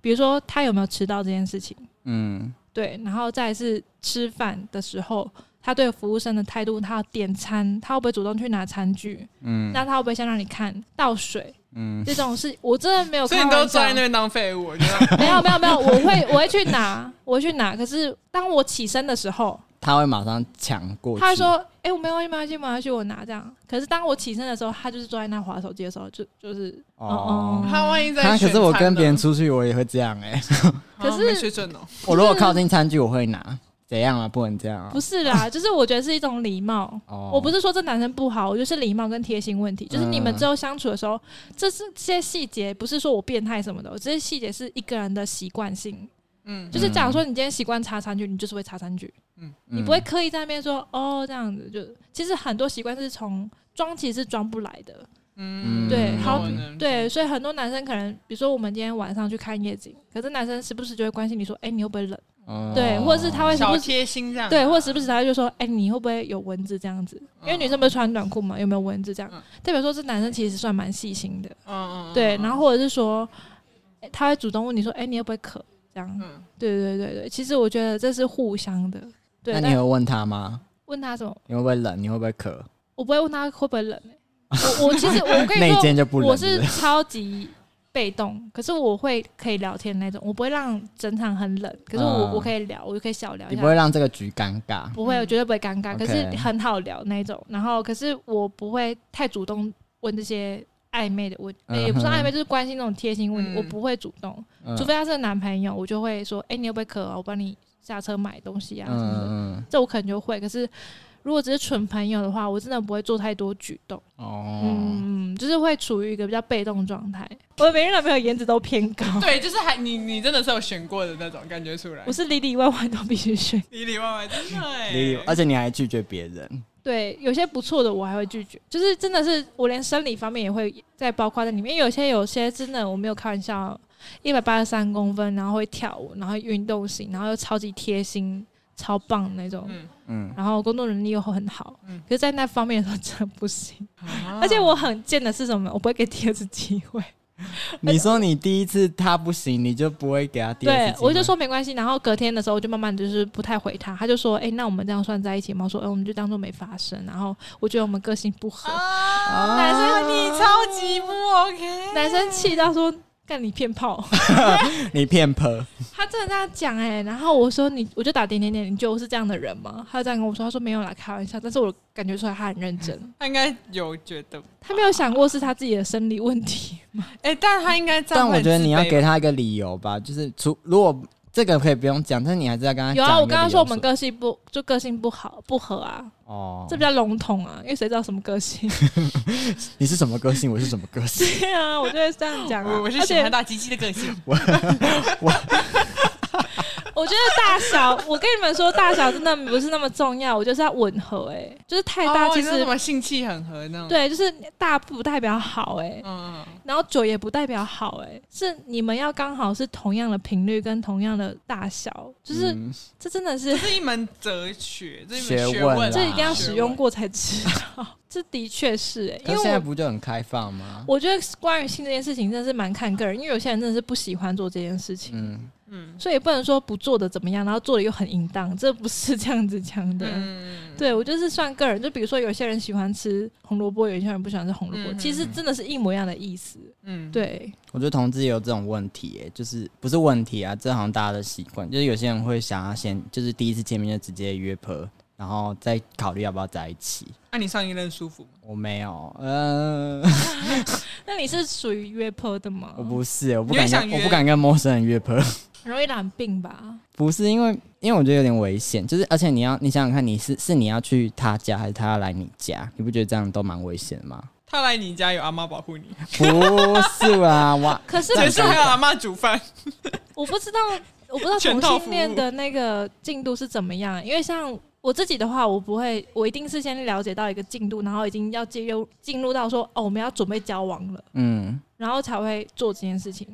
B: 比如说他有没有迟到这件事情。
C: 嗯，
B: 对，然后再来是吃饭的时候，他对服务生的态度，他要点餐，他会不会主动去拿餐具？
C: 嗯，
B: 那他会不会先让你看倒水？
C: 嗯，
B: 这种事我真的没有
A: 所以
B: 看
A: 你
B: 到
A: 都坐在那边当废物，我觉得
B: 没有没有没有，我会我会去拿，我会去拿。可是当我起身的时候，
C: 他会马上抢过去，
B: 他会说：“哎、我没关系，没关系，没关系，我拿这样。”可是当我起身的时候，他就是坐在那划手机的时候，就就是
C: 哦
B: 哦
A: 他万一在
C: 啊，可
A: 选
C: 是我
A: 餐
C: 跟别人
A: 呢
C: 出去，我也会这样哎、
A: 啊
B: 可是
A: 没水准哦，
C: [LAUGHS] 我如果靠近餐具，我会拿，怎样啊？不能这样啊
B: 嗯不！是啦，就是我觉得是一种礼貌。
C: 哦
B: 我不是说这男生不好，我就是礼貌跟贴心问题。就是你们
C: 嗯
B: 之后相处的时候，这是这些细节，不是说我变态什么的，这些细节是一个人的习惯性。
A: 嗯，
B: 就是假如说你今天习惯擦餐具，你就是会擦餐具，
C: 嗯，
B: 你不会刻意在那边说哦这样子。就其实很多习惯是从装，其实是装不来的。
A: 嗯，
B: 对
A: 那
B: 好
A: 我能
B: 对，所以很多男生可能，比如说我们今天晚上去看夜景，可是男生时不时就会关心你说，哎、你会不会冷？
C: 哦
B: 对，或者是他会时
A: 小
B: 不时。
A: 贴心这样，
B: 对，或者时不时他会就说：“哎、你会不会有蚊子这样子？”因为女生不是穿短裤嘛，有没有蚊子这样
A: 嗯？
B: 代表说这男生其实算蛮细心的，
A: 嗯，嗯嗯，
B: 对。
A: 嗯
B: 然后或者是说，哎他会主动问你说：“哎、你会不会渴？”这样，
A: 嗯，
B: 对对对对。其实我觉得这是互相的，对
C: 那。你
B: 但
C: 有问他吗？
B: 问他什么，
C: 你会不会冷？你会不会渴？
B: 我不会问他会不会冷、欸我我其
C: [LAUGHS]
B: 实我跟你
C: 那
B: 说
C: 一，间就不冷。
B: 我
C: 对
B: 是
C: 不对
B: 超级被动，可是我会可以聊天那种，我不会让整场很冷，可是我、
C: 嗯
B: 我可以聊，我就可以小聊一
C: 你
B: 下，
C: 不会让这个局尴尬。
B: 不会，
A: 嗯
B: 我绝对不会尴尬，
C: OK
B: 可是很好聊那种。然后，可是我不会太主动问这些暧昧的问，
C: 嗯哼
B: 也不是暧昧，就是关心那种贴心问题，
A: 嗯
B: 我不会主动，
C: 嗯
B: 除非他是男朋友，我就会说，哎、你会不会渴啊？我帮你下车买东西啊什么的，
C: 嗯嗯
B: 这我可能就会。可是如果只是纯朋友的话，我真的不会做太多举动。
C: 哦，
B: 嗯，就是会处于一个比较被动状态。我的每任男朋友颜值都偏
C: [LAUGHS]
B: 高，
A: 对，就是还你你真的是有选过的那种感觉出来
B: 我，是里里外外都必须选。
A: 里里外外真的欸，
C: 你而且你还拒绝别人，
B: 对，有些不错的我还会拒绝，就是真的是我连生理方面也会再包括在里面。因为有些有些真的我没有开玩笑，一百八十三公分，然后会跳舞，然后运动型，然后又超级贴心、超棒那种，
A: 嗯，
C: 嗯，
B: 然后工作能力又很好。
A: 嗯
B: 可是，在那方面的时候真的不行。
A: 啊
B: 而且我很贱的是什么？我不会给第二次机会。
C: 你说你第一次他不行，你就不会给他第二
B: 对
C: 次，机会
B: 我就说没关系。然后隔天的时候，我就慢慢就是不太回他。他就说：“哎、那我们这样算在一起吗？”我说：“哎、我们就当做没发生。”然后我觉得我们个性不合，
A: 啊，
C: 啊
A: 男生你超级不 OK，
B: 男生气到说：“干你骗炮 [LAUGHS]
C: 你骗婆，！”
B: 他真的这样讲哎、然后我说：“你，我就打点点点，你觉得我是这样的人吗？”他就这样跟我说：“他说没有啦，开玩笑。”但是我感觉出来他很
A: [LAUGHS]
B: 认真，
A: 他应该有觉得，
B: 他没有想过是他自己的生理问题。
A: 哎，但他应该这样
C: 但
A: 会
C: 我
A: 很
C: 觉得你要
A: 自卑吧
C: 给他一个理由吧，就是除如果这个可以不用讲，但是你还是要跟他
B: 有
C: 讲
B: 啊，
C: 一
B: 我
C: 个
B: 刚刚
C: 理
B: 说
C: 由
B: 我们个性不就个性不好不合啊，
C: 哦
B: 这比较笼统啊，因为谁知道什么
A: [LAUGHS]
B: 个性？
C: 你是什么个性， [LAUGHS] 我是什么个性，
B: 对啊，我就会这样讲啊。
A: 我我是
B: 而
A: 喜
B: 且
A: 欢大鸡鸡的个性，
B: 我觉得大小，我跟你们说，大小真的不是那么重要，我就是要吻合、欸，就是太大
A: 哦
B: 其
A: 你说
B: 实、
A: 什么性气很合那种，，
B: 对，就是大不代表好、欸，
A: 嗯，嗯
B: 然后久也不代表好、欸，是你们要刚好是同样的频率跟同样的大小，就是、
C: 嗯
B: 这真的是
A: 这是一门哲学，这是一
C: 学
A: 门
C: 问
A: 学问啊，
C: 啦
B: 这一定要使用过才知道，这的确是、欸，
C: 可
B: 因
C: 是现
B: 为
C: 在
B: 我。
C: 不就很开放吗？
B: 我觉得关于性这件事情真的是蛮看个人，因为有些人真的是不喜欢做这件事情。
C: 嗯，
A: 嗯
B: 所以不能说不做的怎么样，然后做的又很淫荡，这不是这样子讲的。
A: 嗯，
B: 对我就是算个人，就比如说有些人喜欢吃红萝卜，有些人不喜欢吃红萝卜，
A: 嗯
B: 其实真的是一模一样的意思。
A: 嗯，
B: 对，
C: 我觉得同志也有这种问题、耶，就是不是问题啊，这好像大家的习惯，就是有些人会想要先，就是第一次见面就直接约炮，然后再考虑要不要在一起。
A: 那、你上一任舒服吗？
C: 我没有，嗯、
B: 那你是属于约炮的吗？
C: 我哦不是，我不
A: 你会
C: 敢
A: 想
C: 跟，
A: 约
C: 我不敢跟陌生人约炮。 [LAUGHS]
B: 很容易染病吧？
C: 不是因为，因为我觉得有点危险，就是而且你要，你想想看，你是是你要去他家，还是他要来你家？你不觉得这样都蛮危险的吗？ [LAUGHS]
A: 他来你家有阿妈保护你，
C: 不是啦，哇，
B: 可是
A: 结束还有阿妈煮饭，
B: 我不知道，我不知道
A: 全
B: 同
A: 套
B: 性恋的那个进度是怎么样，因为像。我自己的话，我不会，我一定是先了解到一个进度，然后已经要进入进入到说哦，我们要准备交往了，
C: 嗯，
B: 然后才会做这件事情，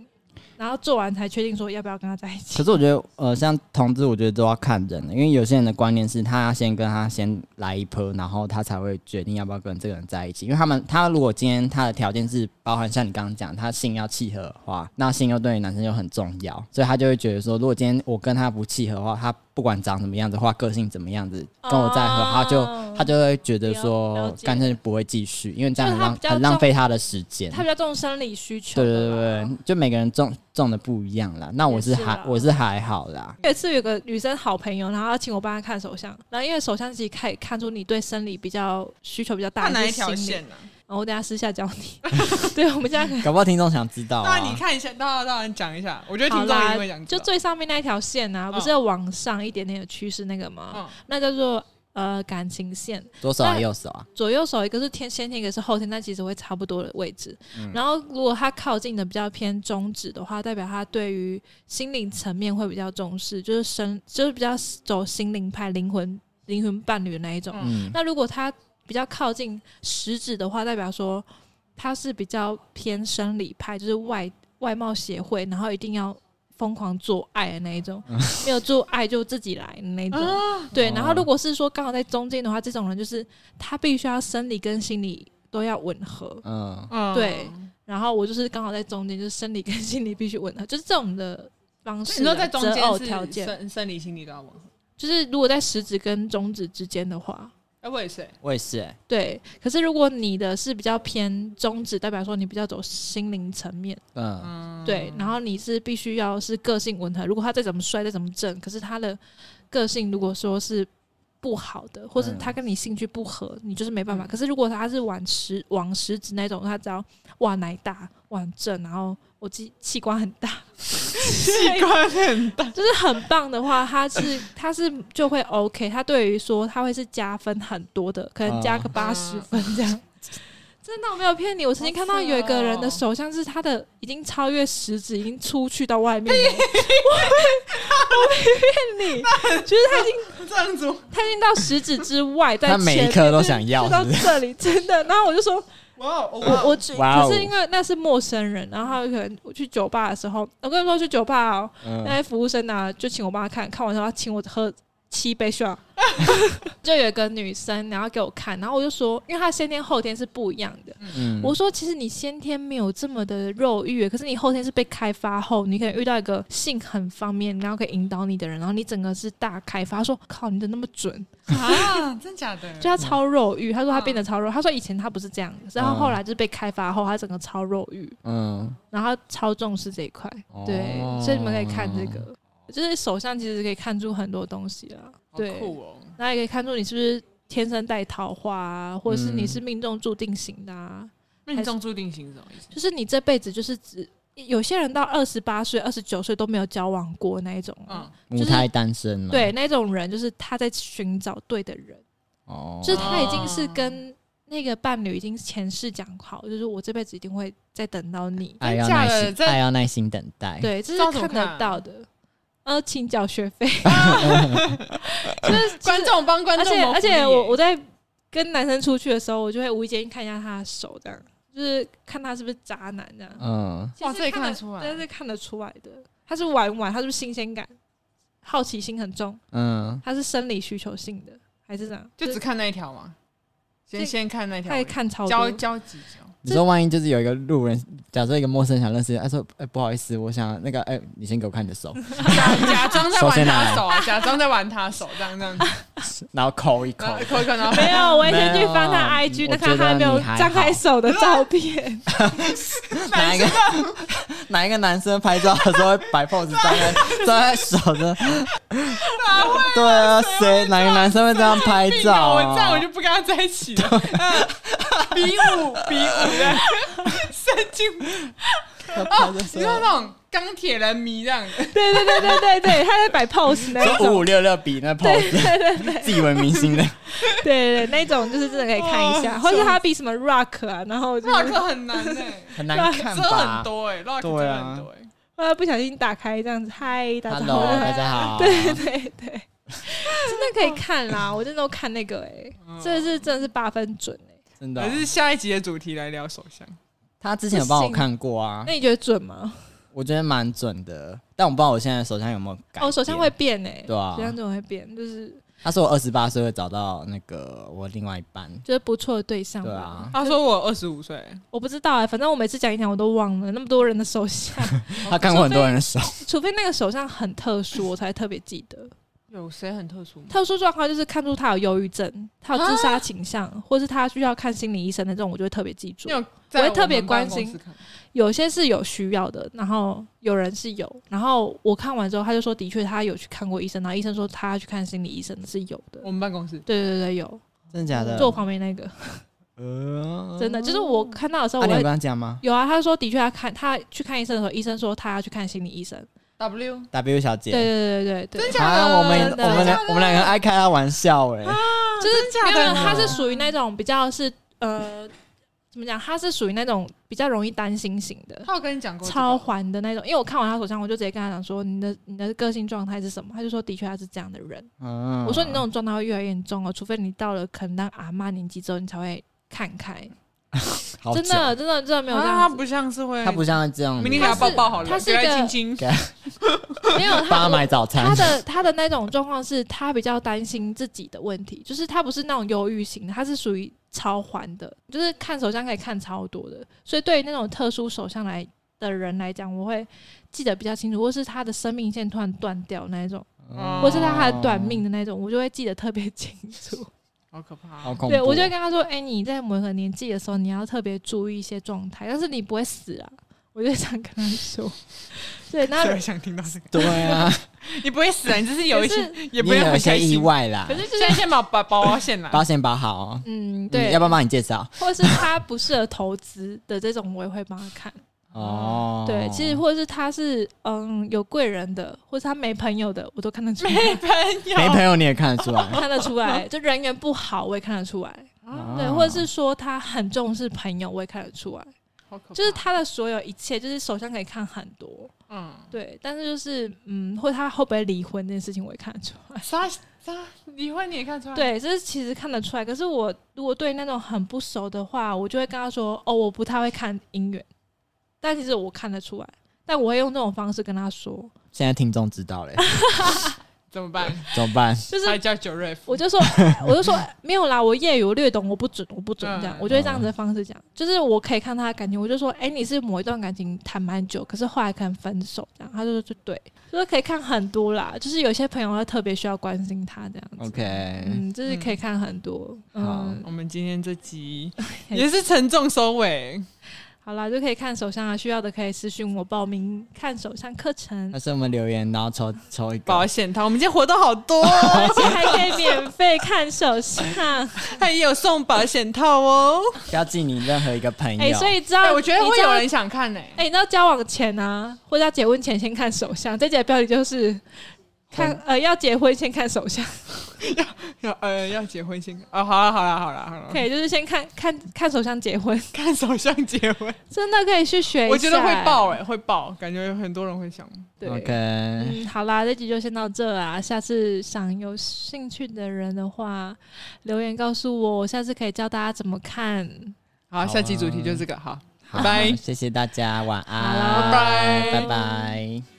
B: 然后做完才确定说要不要跟他在一起
C: 可。是我觉得，呃，像同志，我觉得都要看人的，因为有些人的观念是他要先跟他先来一波，然后他才会决定要不要跟这个人在一起。因为他们，他如果今天他的条件是包含像你刚刚讲，他性要契合的话，那性又对于男生又很重要，所以他就会觉得说，如果今天我跟他不契合的话，他不管长什么样子，或个性怎么样子，跟我再合，他就
B: 哦
C: 他就会觉得
B: 了
C: 说
B: 了，解
C: 干脆不会继续，因为这样
B: 就
C: 很
B: 是他
C: 浪
B: 比较
C: 很浪
B: 重
C: 费他的时间。
B: 他比较重生理需求
C: 对
B: 的啦。
C: 对对对，就每个人中中的不一样啦。那我
B: 也
C: 是
B: 是
C: 还
B: 啦
C: 我是还好啦，
B: 有一次有个女生好朋友，然后要请我帮她看手相，然后因为手相其实可以看出你对生理比较需求比较大，
A: 看哪一
B: 就是心
A: 条
B: 理？
A: 线啊呢、
B: 然后我等一下私下教你。 [LAUGHS] 对，我们现在可以
C: 搞不好听众想知道
A: 啊？
C: 啊。
A: 那你看一下，那那你讲一下，我觉得
B: 好
A: 听众
B: 啦
A: 一定会讲，
B: 就最上面那一条线啊，
A: 啊嗯
B: 不是有往上一点点的趋势那个吗？
A: 嗯
B: 那叫做呃感情线，
C: 左手还
B: 那
C: 是右手啊？
B: 左右手一个是天先天，一个是后天，但其实会差不多的位置。
C: 嗯
B: 然后如果他靠近的比较偏中指的话，代表他对于心灵层面会比较重视，就是生就是比较走心灵派、灵魂灵魂伴侣那一种。
C: 嗯，
B: 那如果他比较靠近食指的话，代表说他是比较偏生理派，就是外外貌协会，然后一定要疯狂做爱的那一种，没有做爱就自己来的那一种。
A: 啊
B: 对，然后如果是说刚好在中间的话，这种人就是他必须要生理跟心理都要吻合。
C: 嗯，
A: 嗯
B: 对然后我就是刚好在中间，就是生理跟心理必须吻合，就是这种的方
A: 所以
B: 式
A: 你
B: 啊。
A: 说在中
B: 择偶
A: 间
B: 条
A: 是
B: 件，
A: 生生理心理都要吻合，
B: 就是如果在食指跟中指之间的话，
A: 哎、我也
B: [LAUGHS]
A: 是、欸，
C: 我也是欸。
B: 对，可是如果你的是比较偏宗旨，代表说你比较走心灵层面，
C: 嗯，
A: 嗯，
B: 对，然后你是必须要是个性吻合。如果他再怎么帅，再怎么正，可是他的个性如果说是不好的，或是
C: 嗯
B: 他跟你兴趣不合，你就是没办法。
A: 嗯
B: 可是如果他是往食往食指那种，他只要哇奶大、往正，然后我器器官很大，
A: 器
B: [LAUGHS]
A: 官很大，
B: 就是很棒的话，他是他是就会 OK，他对于说他会是加分很多的，可能加个八十分这样。真的我没有骗你，我曾经看到有一个人的手像是他的已经超越食指，已经出去到外面了。我没骗你，就是他已经
A: 这样子
B: 他已经到食指之外，在
C: 他每一
B: 前
C: 颗都想要
B: 就到
C: 是不是
B: 这里，真的。然后我就说，
A: 哇哦，哇
B: 我
A: 哦
B: 我去，
C: 哇哦
B: 嗯可是因为那是陌生人，然后他有可能我去酒吧的时候，我跟你说去酒吧哦，那
C: 嗯，
B: 些服务生啊，就请我帮他看看完之后，他请我喝七杯 shot。就有一个女生，然后给我看，然后我就说，因为她先天后天是不一样的，
C: 嗯
B: 我说其实你先天没有这么的肉欲，可是你后天是被开发后，你可能遇到一个性很方面，然后可以引导你的人，然后你整个是大开发。她说靠，你怎么那么准？
A: 啊，真假的？
B: 就她超肉欲，她说她变得超肉，她说以前她不是这样的，然后后来就是被开发后，她整个超肉欲。
C: 嗯，
B: 然后超重视这一块，对，
C: 哦
B: 所以你们可以看这个，就是手相其实可以看出很多东西啦，
A: 好
B: 对，
A: 酷哦，
B: 那也可以看出你是不是天生带桃花啊，或者是
C: 嗯
B: 你是命中注定型的啊，
A: 命中注定型是什么意思？
B: 就是你这辈子就是只有些人到二十八岁、二十九岁都没有交往过那一种啊，
A: 嗯，
C: 母胎单身嘛。，
B: 对，那种人就是他在寻找对的人，
C: 哦，
B: 就是他已经是跟。那个伴侣已经前世讲好，就是我这辈子一定会再等到你，
C: 爱要
A: 真假
C: 耐
A: 的
C: 心，
A: 这
C: 爱要耐心等待。，
B: 对，这
A: 知道
B: 是
A: 怎么
B: 看
A: 看啊
B: 得到的。呃，请缴学
C: [LAUGHS]
B: 费，就是
A: 观，众帮观
B: 而
A: 众
B: 且
A: 谋福利
B: 而
A: 耶，
B: 且我我在跟男生出去的时候，我就会无意间看一下他的手，这样就是看他是不是渣男这样。
C: 嗯，
B: 其实
A: 哇这也看得
B: 得
A: 出来
B: 这是看得出来的。他是玩玩，他是不是新鲜感，好奇心很重，
C: 嗯，
B: 他是生理需求性的，还是这样？
A: 就只
B: 是
A: 看那一条嘛，先
B: 这
A: 先看那一条
B: 他
A: 而
B: 也
A: 已，
B: 看
A: [LAUGHS]
B: 超
A: 交
B: 多， [LAUGHS]
A: 交几条？
C: 你说万一就是有一个路人，假设一个陌生人想认识，他说：“哎、不好意思，我想那个，哎、你先给我看你的手， [LAUGHS]
A: 假假装在
C: 首先
A: 玩
C: 拿
A: 他
C: 来
A: 手啊， [LAUGHS] 假装在玩他手，这样这 [LAUGHS] 样子，
C: 然后抠一抠
A: 然。后扣一扣，然后
B: 没有，我也先去翻他
C: 没有
B: IG，
C: 我
B: 那看他有没
C: 觉得
B: 有
C: 你还好
B: 张开手的照片。
C: [LAUGHS] 哪一个哪一个男生拍照的时候会摆 [LAUGHS] pose 张开张开手的？对啊，谁哪个男生会这样拍
A: 病
C: 照、
A: 啊，我
C: 啊？
A: 这样我就不跟他在一起了。嗯 [LAUGHS] 比武比武的，神经病
C: 他拍
A: 哦！
C: 的
A: 你
C: 时
A: 知道
C: 候
A: 那种钢铁人迷这样，
B: [LAUGHS] 对对对对对对，他在
C: [LAUGHS]
B: 摆 pose 那一
C: 说五
B: 种
C: 五。六六比那 pose，自以为明星的，
B: 对 [LAUGHS] 对对，那一种就是真的可以看一下，
A: 哦
B: 或者他比什么 rock 啊，然后就
A: 那
B: 是
A: 课很难哎，
C: [LAUGHS] 很难看
A: 遮很
C: 吧
A: 多哎，那课
C: 对
A: 遮
C: 啊
A: 很多哎，
B: 呃不小心打开这样子，嗨，大家
C: ？Hello，
B: 好。
C: 大家好。
B: 对对对，真的可以看啦， [LAUGHS] 我真的都看那个哎，
C: 嗯
B: 这是真的是八分准哎。
C: 真的哦
A: 还。是下一集的主题来聊手相。
C: 他之前有帮我看过啊
B: 那，你觉得准吗？
C: 我觉得蛮准的，但我不知道我现在手相有没有改。
B: 哦，手相会。变哎，
C: 对啊
B: 手相怎么会变？就是
C: 他说我二十八岁会找到那个我另外一半。
B: 就是不错的对象
C: 对
B: 吧。
C: 啊，
A: 他说我二十五岁，
B: 我不知道哎、反正我每次讲一讲我都忘了那么多人的手相， [LAUGHS]
C: 他看过很多人的哦手，
B: 除非那个手相很特殊，我才特别记得。
C: 嗯
A: 有谁很特殊吗？
B: 特殊状况就是看出他有忧郁症，他有自杀倾向，或是他需要看心理医生的这种，我就会特别记住
A: 你。有
B: 我
A: 在
B: 会特别
A: 我们办公
B: 关心
A: 室看
B: 有些是有需要的，然后有人是有，然后我看完之后，他就说的确他有去看过医生，然后医生说他去看心理医生是有的。
A: 我们办公室，
B: 对对对，有，
C: 真的哦假的？
B: 就我旁边那个，
C: 呃
B: 真的就是我看到的时候，
C: 啊，
B: 我
C: 你有
B: 会
C: 跟他讲吗
B: 有啊。他说的确他看他去看医生的时候，医生说他要去看心理医生。
A: W，
C: ？W 小姐，
B: 对对对对对，
A: 真假
C: 啊，
A: 的？
C: 我们
B: 真的啊
C: 我
A: 真
C: 们两
A: 的
C: 我们两个爱开他玩笑
B: 就
C: 哎，
B: 是没
A: 啊真
B: 有没
A: 假的
B: 有，他是属于那种比较是呃，怎么讲？他是属于那种比较容易担心型的，
A: 他有跟你讲过这个
B: 超环的那种。因为我看完他手相，我就直接跟他讲说，你的你的个性状态是什么？他就说，的确他是这样的人。
C: 嗯，
B: 我说你那种状态会越来越严重哦，除非你到了可能当阿妈年纪之后，你才会看开。
C: 好
B: 真
C: 久，
B: 的真的真的没有这
A: 啊他
B: 样子，
A: 不像是会，
C: 他不像这样，
A: 明天给他抱抱好了，
B: 他是
A: 给
B: 一个
A: 亲
C: 给
A: 亲。
B: 没有
C: 帮他
B: 他。
C: 买早餐
B: 他。的他的那种状况是他比较担心自己的问题，就是他不是那种忧郁型的，他是属于超环的，就是看手相可以看超多的，所以对于那种特殊手相来的人来讲，我会记得比较清楚，或是他的生命线突然断掉那一种，
A: 嗯
B: 或是他还短命的那种，我就会记得特别清楚。
A: 好可怕、啊
C: 哦
A: [LAUGHS]
C: 好恐怖。
B: 对，我就会跟他说，哎、你在某个年纪的时候，你要特别注意一些状态，但是你不会死啊。我就这样跟他说， [LAUGHS] 对，那
A: 谁会想听到这个？
C: 对
B: [LAUGHS]
C: 啊，
A: 你不会死啊，你只是有一些，也
C: 你
A: 不会
C: 也有
A: 很
C: 一
A: 开
C: 些意
A: 心。
C: 外啦
A: 可，是现在先把保保险啦，
C: 保险保好哦。
B: 嗯，
C: 嗯
B: 对，
C: 要不要帮你介绍？
B: 或是他不适合投资的这种，我也会帮他看。
C: 哦，
B: 嗯对，其实或者是他是嗯有贵人的，或是他没朋友的，我都看得出来，
A: 朋友
C: 没朋友你也看得出来，
B: 看得出来，就人缘不好我也看得出来。
C: 哦
A: 啊
B: 对，或者是说他很重视朋友，我也看得出来。
A: 好可怕
B: 就是他的所有一切，就是手相可以看很多。
A: 嗯，
B: 对，但是就是嗯，或者他会不会离婚这件事情，我也看得出来。
A: 啥啥离婚你也看出来，，
B: 对，这是其实看得出来。可是我如果对那种很不熟的话，我就会跟他说：“哦，我不太会看姻缘。”但其实我看得出来，但我会用这种方式跟他说，
C: 现在听众知道
B: [LAUGHS]
C: 嘞，
A: 怎么办？
C: 怎么办？
B: 就是
A: 他叫九瑞夫
B: 我，就说， [LAUGHS] 我就说没有啦，我业余我略懂，我不准，我不准这样
A: 嗯，
B: 我就会这样子的方式讲，就是我可以看他的感情，我就说，哎、你是某一段感情谈蛮久，可是后来可能分手这样，他就说就对，就是可以看很多啦，就是有些朋友他特别需要关心他这样子
C: OK，
B: 嗯，就是可以看很多，嗯，
A: 我们今天这
B: [LAUGHS]
A: 集也是沉重收尾，
B: 好啦，就可以看手相啊，需要的可以私讯我报名看手相课程
C: 那，是我们留言，然后抽抽一
A: 保
C: 个，
A: 险套，我们今天活动好
B: [LAUGHS]
A: 多哦，
B: 而且还可以免费看手相，
C: [LAUGHS]
A: 他也有送保险套哦。
C: 不要记你任何一个朋
B: 哎、
C: 友
B: 所。以知道，
A: 哎，我觉得
B: 你
A: 会
B: 知道
A: 有人想看呢，
B: 哎、你知道交往前啊，或者要结婚前先看手相，这节的标题就是看呃要结婚先看手相，
C: 嗯
A: 要呃要结婚先哦，好了好了好了好了
B: 可，以就是先看看看手相结婚，
A: 看手相结婚，
B: 真的可以去学一下。
A: 我觉得会爆哎，会爆，感觉有很多人会想。
B: 对
C: OK，
B: 嗯，好啦，这集就先到这啊。下次想有兴趣的人的话，留言告诉我，我下次可以教大家怎么看。
A: 好，
C: 啊
A: 下
C: [LAUGHS]
A: 期主题就这个，好，
C: 好
A: 拜拜。
C: 谢谢大家，晚安，
A: 好拜拜
C: 拜拜。